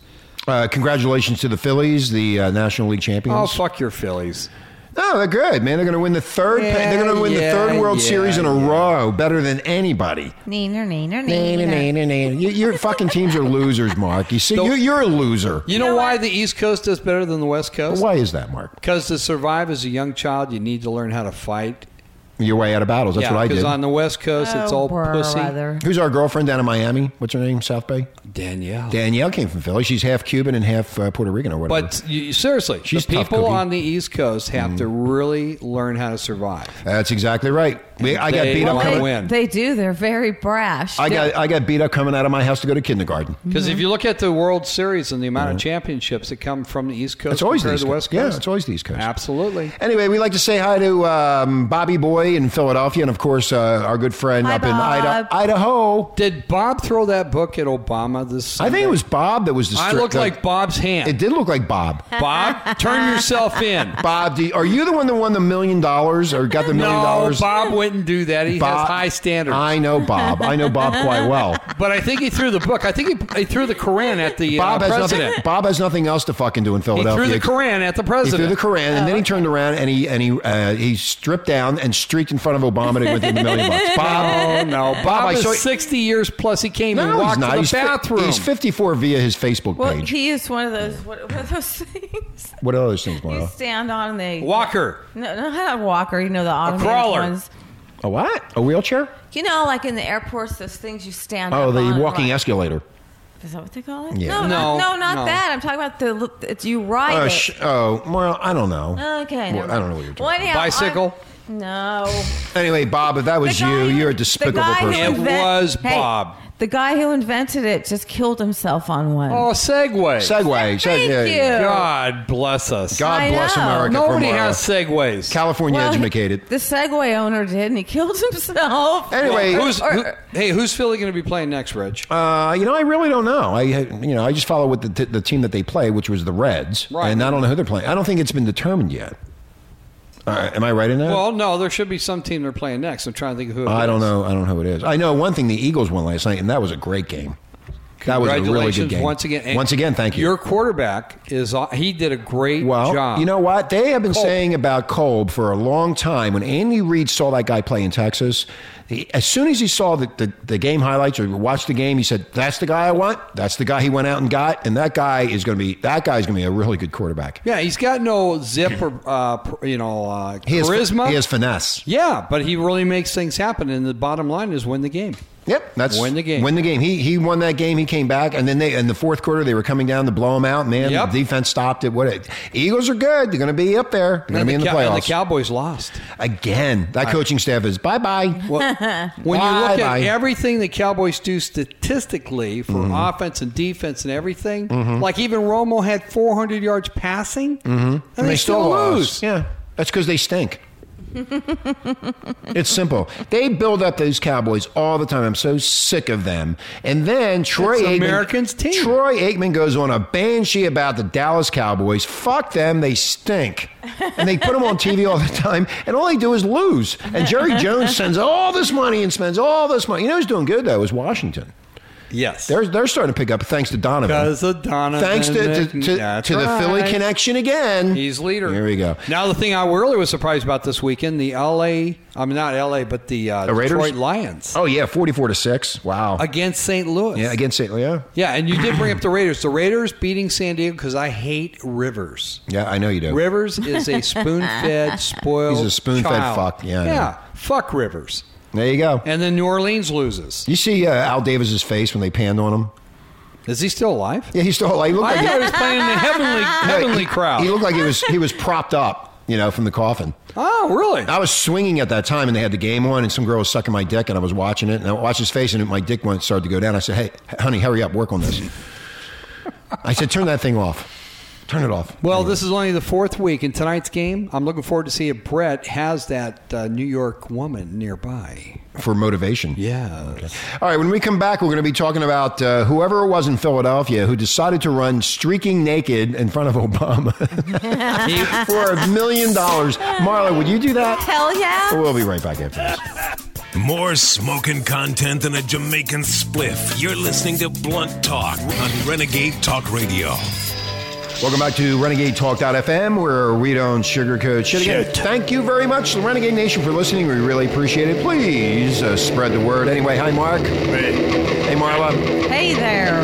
Uh, congratulations to the Phillies, the uh, National League Oh, champions. fuck your Phillies. No, they're good, man. They're going to win the third. pa- Yeah, they're going to win the yeah, third World yeah, Series in a yeah. row, better than anybody. Neener, Nah, nah, neener, nah, neener. nah, nah. You- Your fucking teams are losers, Mark. You see, Don't- you're, you're a loser. You know why the East Coast does better than the West Coast? Why is that, Mark? Because to survive as a young child, you need to learn how to fight. Your way out of battles. That's yeah, what I did. on the West Coast, it's all pussy. Oh, brother. Who's our girlfriend down in Miami? What's her name? South Bay. Danielle. Danielle came from Philly. She's half Cuban and half uh, Puerto Rican or whatever. But you, seriously, She's the tough people cookie. Mm. on the East Coast have to really learn how to survive. that's exactly right. We, I got They beat up. wanna coming- They, win. they do. They're very brash. I got I got beat up coming out of my house to go to kindergarten. Because if you look at the World Series and the amount of championships that come from the East Coast It's always compared these to the West Yeah, Coast, it's always the East Coast. absolutely. Anyway, we'd like to say hi to um, Bobby Boy in Philadelphida, and of course, uh, our good friend Hi, up in Bob. Ida- Idaho. Did Bob throw that book at Obama this? I think Sunday? it was Bob that was the. I stri- looked the- like Bob's hand. It did look like (laughs) Bob. Bob, turn yourself in. Bob, do you- are you the one that won the million dollars or got the (laughs) million No, dollars? Bob wouldn't do that. He Bob- has high standards. I know Bob. I know Bob quite (laughs) well. but I think he threw the book. I think he, he threw the Koran at the Bob uh, has president. nothing. Bob has nothing else to fucking do in he Philadelphia. threw the Koran at the He threw president. the Koran, and then he turned around and he and he uh, he stripped down and streaked in front of Obama to win the (laughs) million bucks. Bob, Oh no, Bob, Bob, I is saw- 60 years plus. He came and no, he's walked not. to the he's, fi- bathroom. he's 54 via his Facebook well, page. he is one of those. What, what are those (laughs) things? What are those things, Marla? You stand on and they Walker. No, no, not a walker. You know the automatic crawler. ones. A what? A wheelchair? You know, like in the airports, those things you stand. Oh, up on the and walking ride. escalator. Is that what they call it? Yeah. No, no, No, no, not no. that. I'm talking about the. look- It's you ride Oh, it. sh- oh, well, I don't know. okay. Well, never I don't know what mind. you're talking Well, about. anyhow, Bicycle? I- no. Anyway, Bob, if that was The guy you, who- you're a the despicable guy who It person. invent- was Hey, Bob. The guy who invented it just killed himself on one. Oh, Segway. Segway. Thank yeah, yeah. you. God bless us. God I bless know. America. Nobody from, uh, has segways. California Well, educated. The Segway owner did, and he killed himself. Anyway, Who's, Or- who, hey, who's Philly going to be playing next, Rich? Uh, you know, I really don't know. I, you know, I just follow what the, t- the team that they play, which was the Reds, Right. and I don't know who they're playing. I don't think it's been determined yet. All right, am I right in that? well, no, there should be some team they're playing next. I'm trying to think of who. it I don't is. know. I don't know who it is. I know one thing: the Eagles won last night, and that was a great game. That was a really good Congratulations game. once again. And once again, thank you. Your quarterback is. He did a great well, job. you know what? They have been Kolb. saying about Kolb for a long time. When Andy Reid saw that guy play in Texas, he, as soon as he saw the, the, the game highlights or watched the game, he said, That's the guy I want. That's the guy he went out and got. And that guy is going to be, that guy's going to be a really good quarterback. Yeah, he's got no zip or uh, pr- you know uh, He has, charisma. He has finesse. yeah, but he really makes things happen, and the bottom line is win the game. Yep, that's Win the game. Win the game. He he won that game. He came back, and then they in the fourth quarter they were coming down to blow him out. Man, Yep. the defense stopped it. What it, Eagles are good. They're going to be up there. They're going to And be in the Cow- and playoffs the Cowboys lost. again. That coaching staff is bye bye. Well, when you look at Bye-bye. Mm-hmm. everything the Cowboys do statistically for offense and defense and everything, like even Romo had 400 yards passing, Mm-hmm. and, they, still, lose. Yeah, that's because they stink. it's simple. They build up those Cowboys all the time. I'm so sick of them. And then Troy It's Aikman, America's team. Troy Aikman goes on a banshee about the Dallas Cowboys. Fuck them. They stink. And they put them on TV all the time, and all they do is lose. And Jerry Jones sends all this money and spends all this money. You know who's doing good though is Washington. Yes. They're they're starting to pick up thanks to Donovan. Because of Donovan Thanks to to, to, That's to the Philly right. connection again. He's leader. Here we go. Now the thing I really was surprised about this weekend, the LA, I'm mean, not LA, but the, uh, The Raiders? Detroit Lions Oh yeah, forty-four to six. Wow. against St. Louis. yeah, against St. Yeah, Yeah, and you did bring up the Raiders. The Raiders beating San Diego because I hate Rivers. yeah, I know you do. Rivers is a spoon-fed, (laughs) spoiled. He's a spoon-fed child. fuck, yeah, I know. yeah. Fuck Rivers. There you go. And then New Orleans loses. You see uh, Al Davis's face when they panned on him. Is he still alive? Yeah, he still like he looked I like thought he was playing in (laughs) the heavenly, heavenly he, crowd. He looked like he was he was propped up, you know, from the coffin. oh, really? I was swinging at that time, and they had the game on, and some girl was sucking my dick, and I was watching it, and I watched his face, and my dick went started to go down. I said, "Hey, honey, hurry up, work on this." I said, "Turn that thing off. Turn it off." Well, this is only the fourth week in tonight's game. I'm looking forward to see if Brett has that uh, New York woman nearby. for motivation. Yeah. All right, when we come back, we're going to be talking about uh, whoever it was in Philadelphia who decided to run streaking naked in front of (laughs) Obama (laughs) for a million dollars. Marla, would you do that? Hell yeah. We'll be right back after this. More smoking content than a Jamaican spliff. You're listening to Blunt Talk on Renegade Talk Radio. Welcome back to Renegade Talk.fm, where we don't sugarcoat shit again. Thank you very much, the Renegade Nation, for listening. We really appreciate it. Please uh, spread the word. Anyway, hi, Mark. Hey. Marla. Hey there.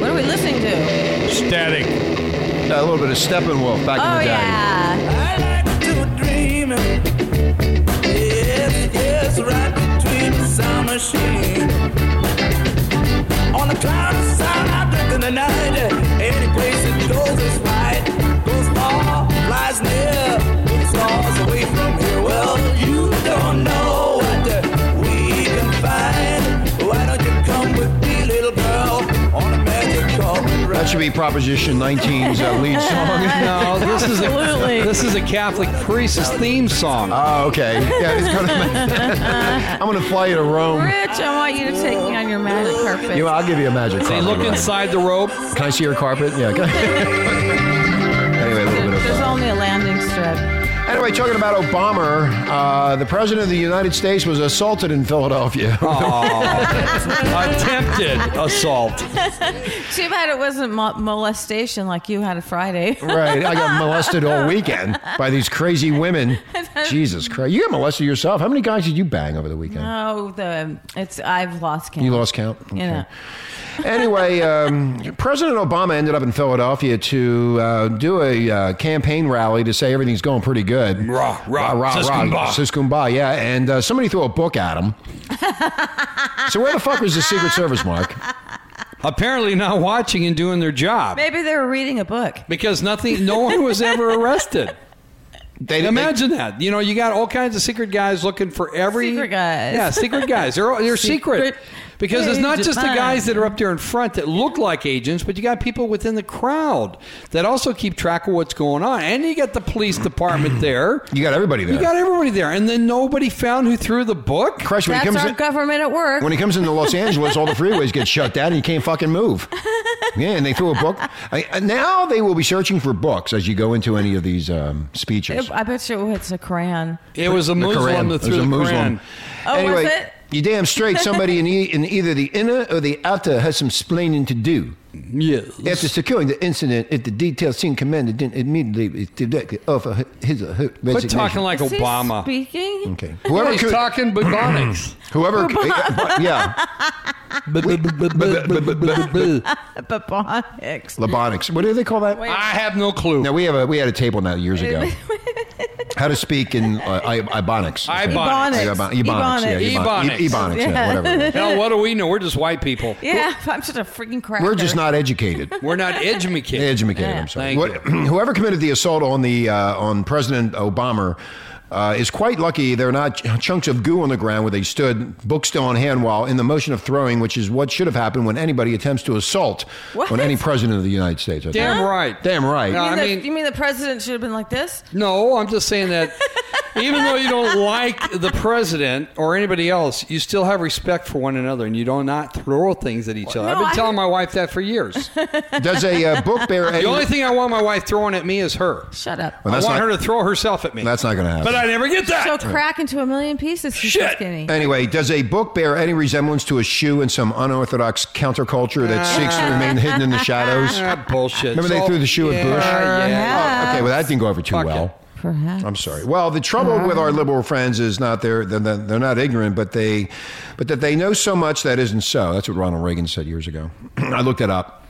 What are we listening to? Static. A little bit of Steppenwolf back in Oh the day. yeah. On the cloud of sound, I drift in the night. Any place it goes is right. Goes far, lies near. It's miles away from here. Well, you don't know what we can find. Why don't you come with me, little girl, on a magic carpet ride? That should be Proposition 19's uh, lead (laughs) song. No, this is Absolutely. a this is a Catholic priest's theme song. Oh, okay. (laughs) Yeah, it's gonna- I'm going to fly you to Rome. Rich, I want you to take me on your magic carpet. You know, I'll give you a magic They carpet. look ride. inside the rope. Can I see your carpet? Yeah. (laughs) can I- anyway, a little bit of. There's Uh, only a landing strip. anyway, talking about Obama, uh, the president of the United States was assaulted in Philadelphia. Oh. Attempted assault. Too bad it wasn't mo- molestation like you had (laughs) a Friday. (laughs) right. I got molested all weekend by these crazy women. (laughs) Jesus Christ! You got molested yourself. How many guys did you bang over the weekend? Oh, the it's I've lost count. You lost count. You know. (laughs) anyway, um, President Obama ended up in Philadelphia to uh, do a uh, campaign rally to say everything's going pretty good. Rah, rah, rah, sis kumbah. Sis kumbah, yeah. And uh, somebody threw a book at (laughs) him. so where the fuck was the Secret Service, Mark? Apparently not watching and doing their job Maybe they were reading a book. because nothing. No one was ever arrested. They, Imagine that. You know, you got all kinds of secret guys looking for every Secret guys. Yeah, secret guys. They're all- they're secret. Secret Because it's not just the agent. guys that are up there in front that look like agents, but you got people within the crowd that also keep track of what's going on. And you got the (clears throat) police department there. you got everybody there. You got everybody there. And then nobody found who threw the book? Christ, when he That's comes our in, government at work. when he comes into Los Angeles, all the freeways get shut down and you can't fucking (laughs) move. Yeah, and they threw a book. I, and now they will be searching for books as you go into any of these um, speeches. I bet you it's a crayon. It was a The Koran. Muslim that It was threw a the Muslim. Koran. Oh, was anyway, it? You damn straight. Somebody in, e- in either the inner or the outer has some splaining to do. Yes. After securing the incident, if the detailed scene commander didn't immediately offer his or her Quit resignation. talking like Is he Obama. speaking? (laughs) Okay. Yeah, Whoever, He's (laughs) co- talking bubonics. whoever, (laughs) yeah, but Bonics. Lebonics. What do they call that? Wait. I have no clue. Now we have a we had a table now years ago. (laughs) How to speak in uh, I- Ibonics. I think. Ibonics. Ibon- Ibonics. Yeah, Ibonics. Ibon- Ibonics. Ibonics. Yeah, (laughs) whatever. Hell, what do we know? We're just white people. Yeah, (laughs) I'm just a freaking cracker. We're just not educated. We're not educated. Educated. Yeah. I'm sorry. Thank (clears throat) whoever committed the assault on the uh, on President Obama uh, is quite lucky. They're not ch- chunks of goo on the ground where they stood, book still in hand, while in the motion of throwing, which is what should have happened when anybody attempts to assault What? on any president of the United States. I think. Damn right. Damn right. No, You I mean, the, mean, you mean the president should have been like this? no, I'm just saying that even though you don't like the president or anybody else, you still have respect for one another and you do not throw things at each other. No, I've been I- telling my wife that for years. Does a uh, book bear? the only thing I want my wife throwing at me is her. Shut up. Well, I that's want not- her to throw herself at me. That's not going to happen. but I never get that. So crack into a million pieces. he's so Shit. Skinny. (laughs) Anyway, does a book bear any resemblance to a shoe in some unorthodox counterculture that seeks to remain hidden in the shadows? (laughs) Ah, bullshit. Remember they So- threw the shoe at Yeah, Bush? yeah. Uh-huh. Oh, okay, well that didn't go over too Fuck well. it. Perhaps. I'm sorry. Well, the trouble with our liberal friends is not they're, they're they're not ignorant, but they but that they know so much that isn't so. That's what Ronald Reagan said years ago. (clears throat) I looked it up.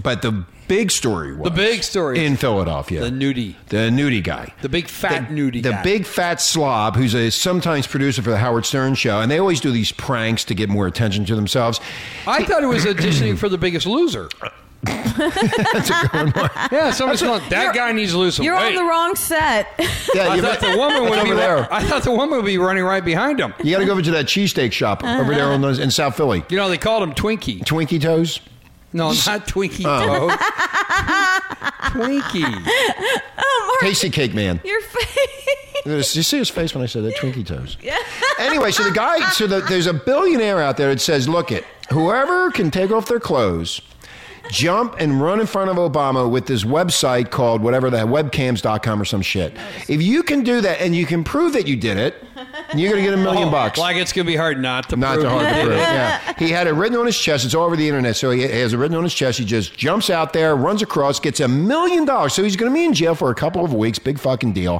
But the big story was The big story. in Philadelphia. The nudie. The nudie guy. The big fat the, nudie the guy. big fat slob who's a sometimes producer for the Howard Stern show, and they always do these pranks to get more attention to themselves. I thought it was auditioning for the biggest loser. (laughs) Yeah, somebody's going, that guy needs to lose some You're weight. on the wrong set. (laughs) Yeah, (laughs) I you, thought the woman would That's be over there. I thought the woman would be running right behind him. got to go over to that cheesesteak shop over Uh-huh. there on those, in South Philly. You know, they called him Twinkie. Twinkie Toes. (laughs) No, not Twinkie Oh. Toe. Twinkie. Oh, Tasty Cake Man. Your face. Did (laughs) you see his face when I said that? Twinkie Toes. Yeah. anyway, so the guy, so the, there's a billionaire out there that says, look it, whoever can take off their clothes, jump and run in front of Obama with this website called whatever that webcams.com or some shit. If you can do that and you can prove that you did it, you're going to get a Oh, million bucks. Like it's going to be hard not to Not prove too hard it. to prove. Yeah. (laughs) He had it written on his chest. It's all over the internet. So he has it written on his chest. He just jumps out there, runs across, gets a million dollars. So he's going to be in jail for a couple of weeks. Big fucking deal.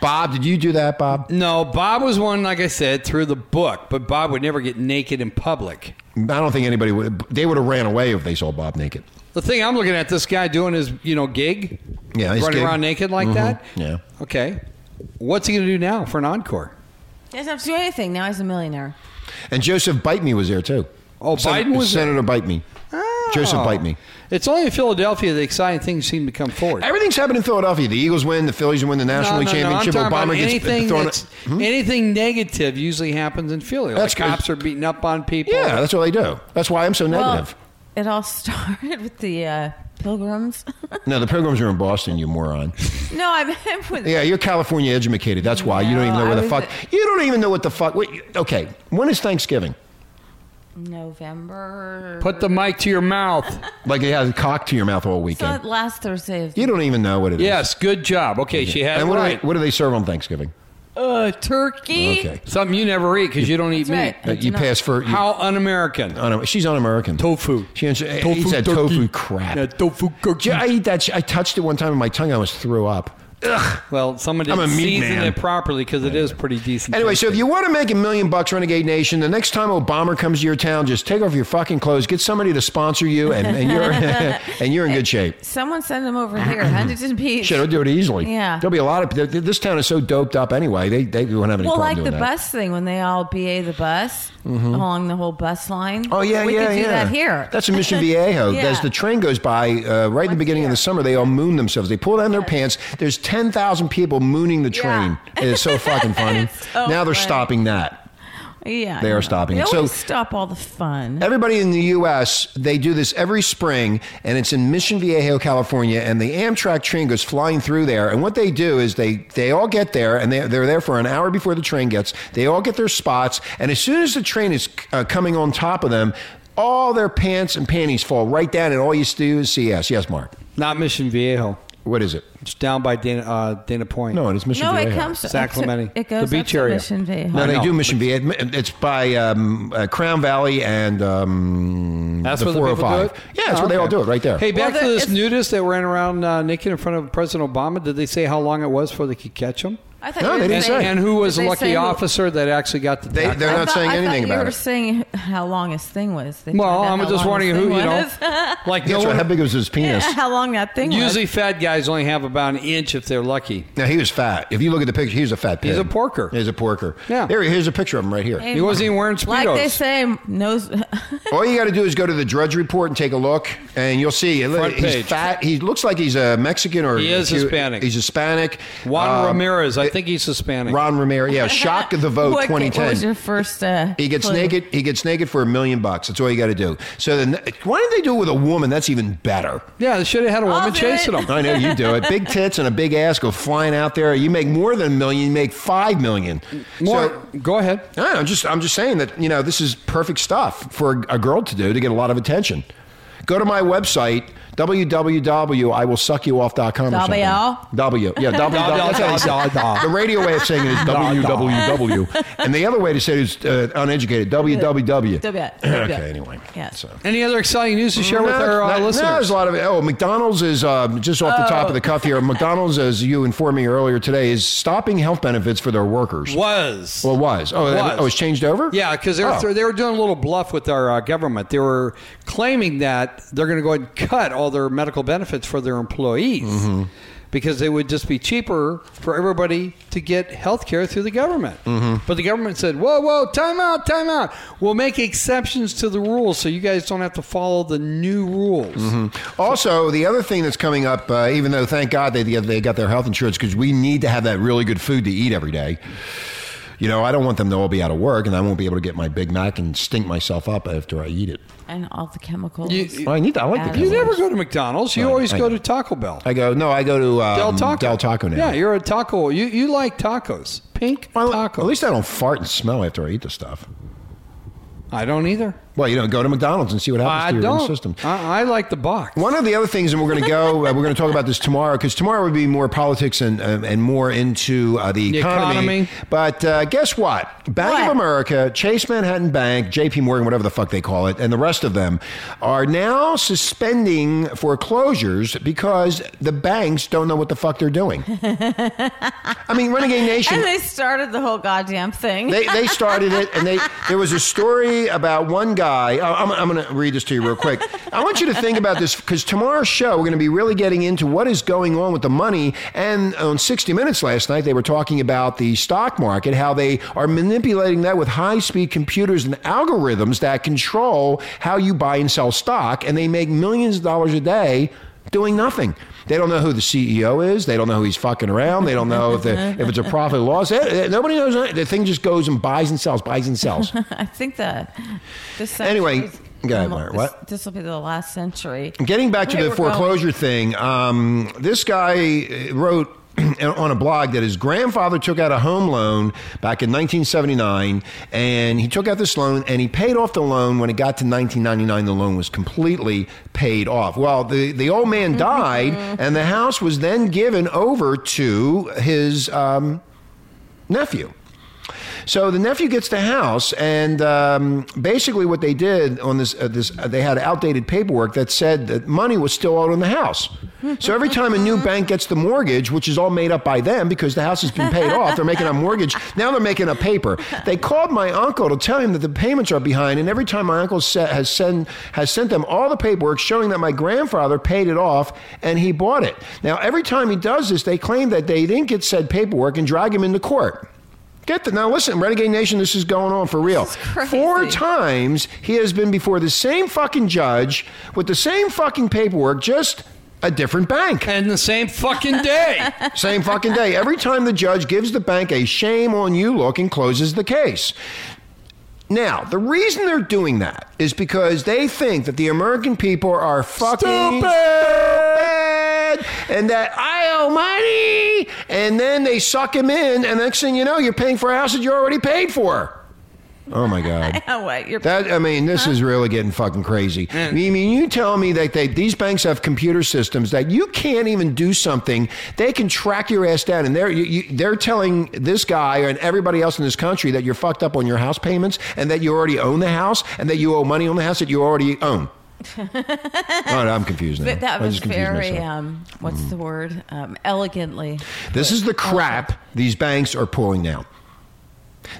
Bob, did you do that, Bob? No, Bob was one, like I said, through the book, but Bob would never get naked in public. I don't think anybody would. They would have ran away if they saw Bob naked. The thing I'm looking at, this guy doing his, you know, gig. Yeah, his gig. running Mm-hmm. around naked like that. Yeah. Okay. What's he going to do now for an encore? He doesn't have to do anything. Now he's a millionaire. And Joseph Bite Me was there too. Oh, Biden was there? Oh. Senator Bite Me. Joseph Bite Me. It's only in Philadelphia the exciting things seem to come forward. Everything's happened in Philadelphia. The Eagles win. The Phillies win the National League Championship. I'm talking Obama about gets anything thrown. Hmm? that's, anything negative usually happens in Philly. Like That's- cops are beating up on people. yeah, that's what they do. That's why I'm so negative. Well, it all (laughs) started with the uh, pilgrims. (laughs) No, the pilgrims are in Boston, you moron. no, I meant with Yeah, you're California educated. That's why you don't even know No, where I the was- fuck. You don't even know what the fuck. Wait, okay, when is Thanksgiving? November. Put the mic to your mouth. Like it has a cock to your mouth all It's not weekend. last Thursday. Of You don't even know what it is. yes, good job. Okay, she had And what, it do right. they, what do they serve on Thanksgiving? uh, turkey. Okay. Something you never eat because you don't eat That's right. meat. Uh, you not- pass for. You, How un-American. un- she's un-American. Tofu. Uh, She, she eats that turkey. tofu crap. Yeah, tofu cookie. Gee, I eat that. sh- I touched it one time and my tongue almost threw up. well, someone didn't I'm a meat season man. it properly because it is pretty decent. Anyway, so if you want to make a million bucks, Renegade Nation, the next time Obama comes to your town, just take off your fucking clothes, get somebody to sponsor you, and, and you're (laughs) and you're in good (laughs) shape. Someone send them over (clears throat) here. Huntington Beach. Shit, I'll do it easily. Yeah. There'll be a lot of. th- th- This town is so doped up anyway. They, they won't have any Well, problem like doing the that. Mm-hmm. bus thing when they all BA the bus along the whole bus line. Oh, yeah, we yeah, could do yeah. that here. That's in (laughs) Mission Viejo. Yeah. As the train goes by, uh, right in the Once beginning a of the year. summer, they all moon themselves. They pull down their pants. There's 10,000 people mooning the train. It's so (laughs) fucking funny. It's so now they're funny. stopping that. yeah, They I are know. stopping They it. So- always stop all the fun. Everybody in the U.S. they do this every spring, and it's in Mission Viejo, California. And the Amtrak train goes flying through there. And what they do is they they all get there, and they they're there for an hour before the train gets. They all get their spots, and as soon as the train is uh, coming on top of them, all their pants and panties fall right down, and all you do is see us. Yes, Mark. Not Mission Viejo. What is it? It's down by Dana, uh, Dana Point. No, it's Mission no, Viejo. it comes to Sacramento. It goes The up beach to area. Mission Viejo. No, they no. do Mission Viejo. It's by um, uh, Crown Valley and um, That's the where the people do 405. it? Yeah, that's Oh, where they all okay. do it right there. Hey, back Well, to there- this it's- nudist that ran around uh, naked in front of President Obama. Did they say how long it was before they could catch him? I thought No, you they were didn't saying- say. And who was Did the they say lucky who- officer that actually got the? They- tackle? they're I not thought- saying I thought anything you about were it. saying how long his thing was. They well, found out I'm how just long wondering his who you thing know. (laughs) was. (laughs) Like That's no right. How one, big was his penis? how long that thing was. usually fat guys only have about an inch if they're lucky. Now he was fat. If you look at the picture, he's a fat pig. He's a porker. He's a porker. Yeah. There, here's a picture of him right here. He wasn't even wearing speedos. Like they say, (laughs) Oh, nose. All you got to do is go to the Drudge Report and take a look, and you'll see. Front he's page. fat. He looks like he's a Mexican or He is Cu- Hispanic. He's Hispanic. Juan Um, Ramirez. I think he's Hispanic. Ron Ramirez. (laughs) Yeah, shock of the vote, what, What 2010. was your first? Uh, He gets clue? naked. He gets naked for a million bucks. That's all you got to do. So then, why didn't they do it with a woman? That's even better. yeah, they should have had a woman do chasing it. (laughs) him. I know you do it. Big tits and a big ass go flying out there. You make more than a million. You make five million. More. So- go ahead. I don't know, I'm just I'm just saying that you know this is perfect stuff for a, a girl to do to get a lot of attention. Go to my website www.iwillsuckyouoff.com or something. WL? W. Yeah, W. (laughs) that's how they say it. The radio way of saying (laughs) it is www. And the other way to say it is uh, uneducated www. W- okay, W- anyway. Yes. So. Any other exciting news to share with our uh, No, no, listeners? there's a lot of oh McDonald's is um, just off the top of the cuff Oh. here. McDonald's, as you informed me earlier today, is stopping health benefits for their workers. was. Well, it was. Oh, that- Was. oh, it's changed over? Yeah, because they, were Oh. they were doing a little bluff with our uh, government. They were claiming that they're going to go ahead and cut all their medical benefits for their employees Mm-hmm. because it would just be cheaper for everybody to get health care through the government. Mm-hmm. But the government said, whoa, whoa, time out, time out. We'll make exceptions to the rules so you guys don't have to follow the new rules. Mm-hmm. Also, the other thing that's coming up, uh, even though thank God they, they got their health insurance because we need to have that really good food to eat every day. You know, I don't want them to all be out of work and I won't be able to get my Big Mac and stink myself up after I eat it. And all the chemicals. You- you- Well, I need that. I like the You You Big Mac. never go to McDonald's. You Right, always I go know. to Taco Bell. I go, no, I go to um, Del Taco. Del Taco now. Yeah, you're a taco. You you like tacos. Pink well, tacos. At least I don't fart and smell after I eat the stuff. I don't either. Well, you know, go to McDonald's and see what happens I to your immune don't. system. I, I like the box. One of the other things, and we're going to go, uh, we're going to talk about this tomorrow because tomorrow would be more politics and um, and more into uh, the, The economy. economy. But uh, guess what? Bank of What? America, Chase Manhattan Bank, J.P. Morgan, whatever the fuck they call it, and the rest of them are now suspending foreclosures because the banks don't know what the fuck they're doing. I mean, Renegade Nation. and they started the whole goddamn thing. They, they started it, and they there was a story about one guy. I- I'm, I'm going to read this to you real quick. I want you to think about this because tomorrow's show we're going to be really getting into what is going on with the money. And on 60 Minutes last night, they were talking about the stock market, how they are manipulating that with high speed computers and algorithms that control how you buy and sell stock, and they make millions of dollars a day doing nothing. They don't know who the CEO is. They don't know who he's fucking around. They don't know if, the, if it's a profit or loss. Eh, eh, Nobody knows. that. The thing just goes and buys and sells, buys and sells. I think that this century. Anyway, go ahead, um, Myra. this- What? This will be the last century. Getting back to Where the we're going. foreclosure thing, um, this guy uh, wrote (clears throat) on a blog that his grandfather took out a home loan back in 1979, and he took out this loan and he paid off the loan. When it got to 1999, the loan was completely paid off. Well, the, the old Mm-hmm. man died, and the house was then given over to his um, nephew. So the nephew gets the house, and um, basically what they did on this, uh, this uh, they had outdated paperwork that said that money was still out on the house. so every time a new bank gets the mortgage, which is all made up by them because the house has been paid off, they're making a mortgage. Now they're making a paper. (laughs) They called my uncle to tell him that the payments are behind, and every time my uncle sa- has sent has sent them all the paperwork showing that my grandfather paid it off and he bought it. Now every time he does this, they claim that they didn't get said paperwork and drag him into court. Get the now listen, Renegade Nation, this is going on for real. is crazy. Four times he has been before the same fucking judge with the same fucking paperwork, just a different bank. and the same (laughs) fucking day. Same fucking day. Every time the judge gives the bank a shame on you look and closes the case. Now, the reason they're doing that is because they think that the American people are fucking stupid and that I owe money. And then they suck him in, and next thing you know, you're paying for a house that you already paid for. Oh my God. Oh, what? You're That I mean, this is really getting fucking crazy. I mean, you tell me that they, these banks have computer systems that you can't even do something; they can track your ass down, and they're you, you, they're telling this guy and everybody else in this country (laughs) that you're fucked up on your house payments, and that you already own the house, and that you owe money on the house that you already own. Oh, no, I'm confused now. But that I was just confused very, myself. Mm. um, what's the word? Um, (laughs) elegantly. This is the crap these banks are pulling now.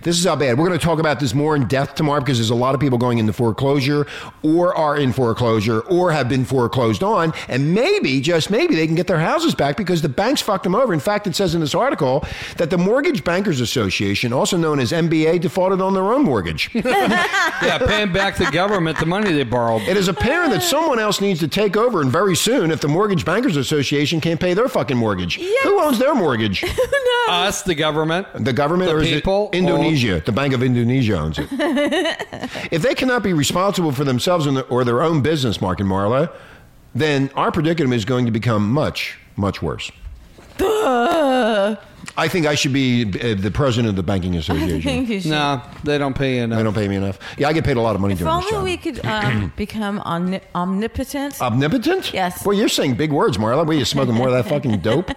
This is how bad. We're going to talk about this more in depth tomorrow because there's a lot of people going into foreclosure or are in foreclosure or have been foreclosed on. And maybe, just maybe, they can get their houses back because the banks fucked them over. In fact, it says in this article that the Mortgage Bankers Association, also known as MBA, defaulted on their own mortgage. yeah, paying back the government the money they borrowed. It is apparent that someone else needs to take over, and very soon, if the Mortgage Bankers Association can't pay their fucking mortgage, who owns their mortgage? Us, the government. The government The or is people, it Indonesia? The Bank of Indonesia owns (laughs) it. if they cannot be responsible for themselves and the- or their own business, Mark and Marla, then our predicament is going to become much, much worse. I think I should be uh, the president of the banking (laughs) I association. think you should. No, they don't pay enough. They don't pay me enough. Yeah, I get paid a lot of money If doing this only job. we (clears throat) could um, become omni- omnipotent. Oh, Omnipotent? Yes. Well, you're saying big words, Marla. What are you smoking more of that fucking (laughs) dope?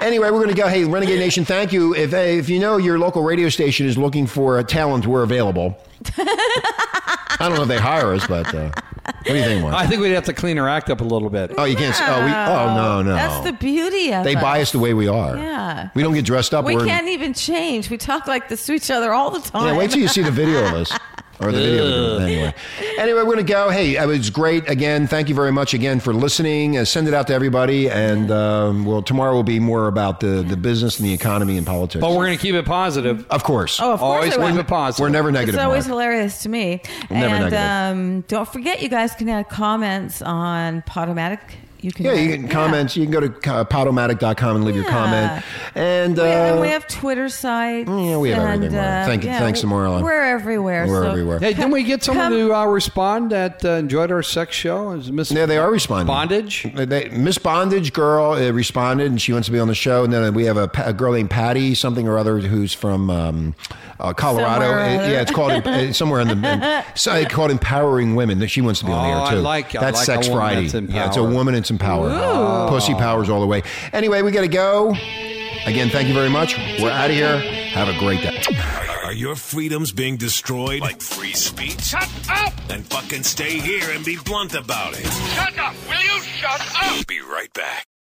anyway, we're going to go. Hey, Renegade Nation, thank you. If uh, if you know your local radio station is looking for a talent, we're (laughs) available. I don't know if they hire us, but uh, what do you think, Mark? I think we'd have to clean her act up a little bit. oh, you can't. s- Oh, we, oh no, no. That's the beauty of They it. buy us the way we are. Yeah. We don't get dressed up. We We're- can't even change. We talk like this to each other all the time. Yeah, wait till you see the video of us. Or the video. of it. Anyway. Anyway, we're going to go. Hey, it was great. Again, thank you very much again for listening. Uh, send it out to everybody. And um, well, tomorrow will be more about the, the business and the economy and politics. But we're going to keep it positive. of course. Oh, of course Always I will. keep it positive. We're never negative. It's always Mark. hilarious to me. Never and negative. Um, don't forget, you guys can add comments on Podomatic. You can Yeah, you can comment. You can go to uh, co- podomatic.com and leave your Yeah. comment. And, uh, We, and we have Twitter sites. yeah, we have and, uh, everything, Marla. Thank you- thanks to Marla. We're everywhere. We're so- everywhere. Hey, didn't we get someone Come- to uh, respond that uh, enjoyed our sex show? Is Miss yeah, they are responding. Bondage? They- they- Miss Bondage girl uh, responded, and she wants to be on the show. And then we have a, pa- a girl named Patty something or other who's from um, uh, Colorado. Somewhere or Uh, other. yeah, it's (laughs) called uh, somewhere in the in, so it's called empowering women. That she wants to be on Oh, the I air too. like- I that's like Sex a woman Friday. that's yeah, it's a empowered. woman that's empowered. Pussy powers all the way. Anyway, we got to go. Again, thank you very much. We're out of here. Have a great day. Are your freedoms being destroyed? Like free speech? Shut up! Then fucking stay here and be blunt about it. Shut up! Will you shut up? Be right back.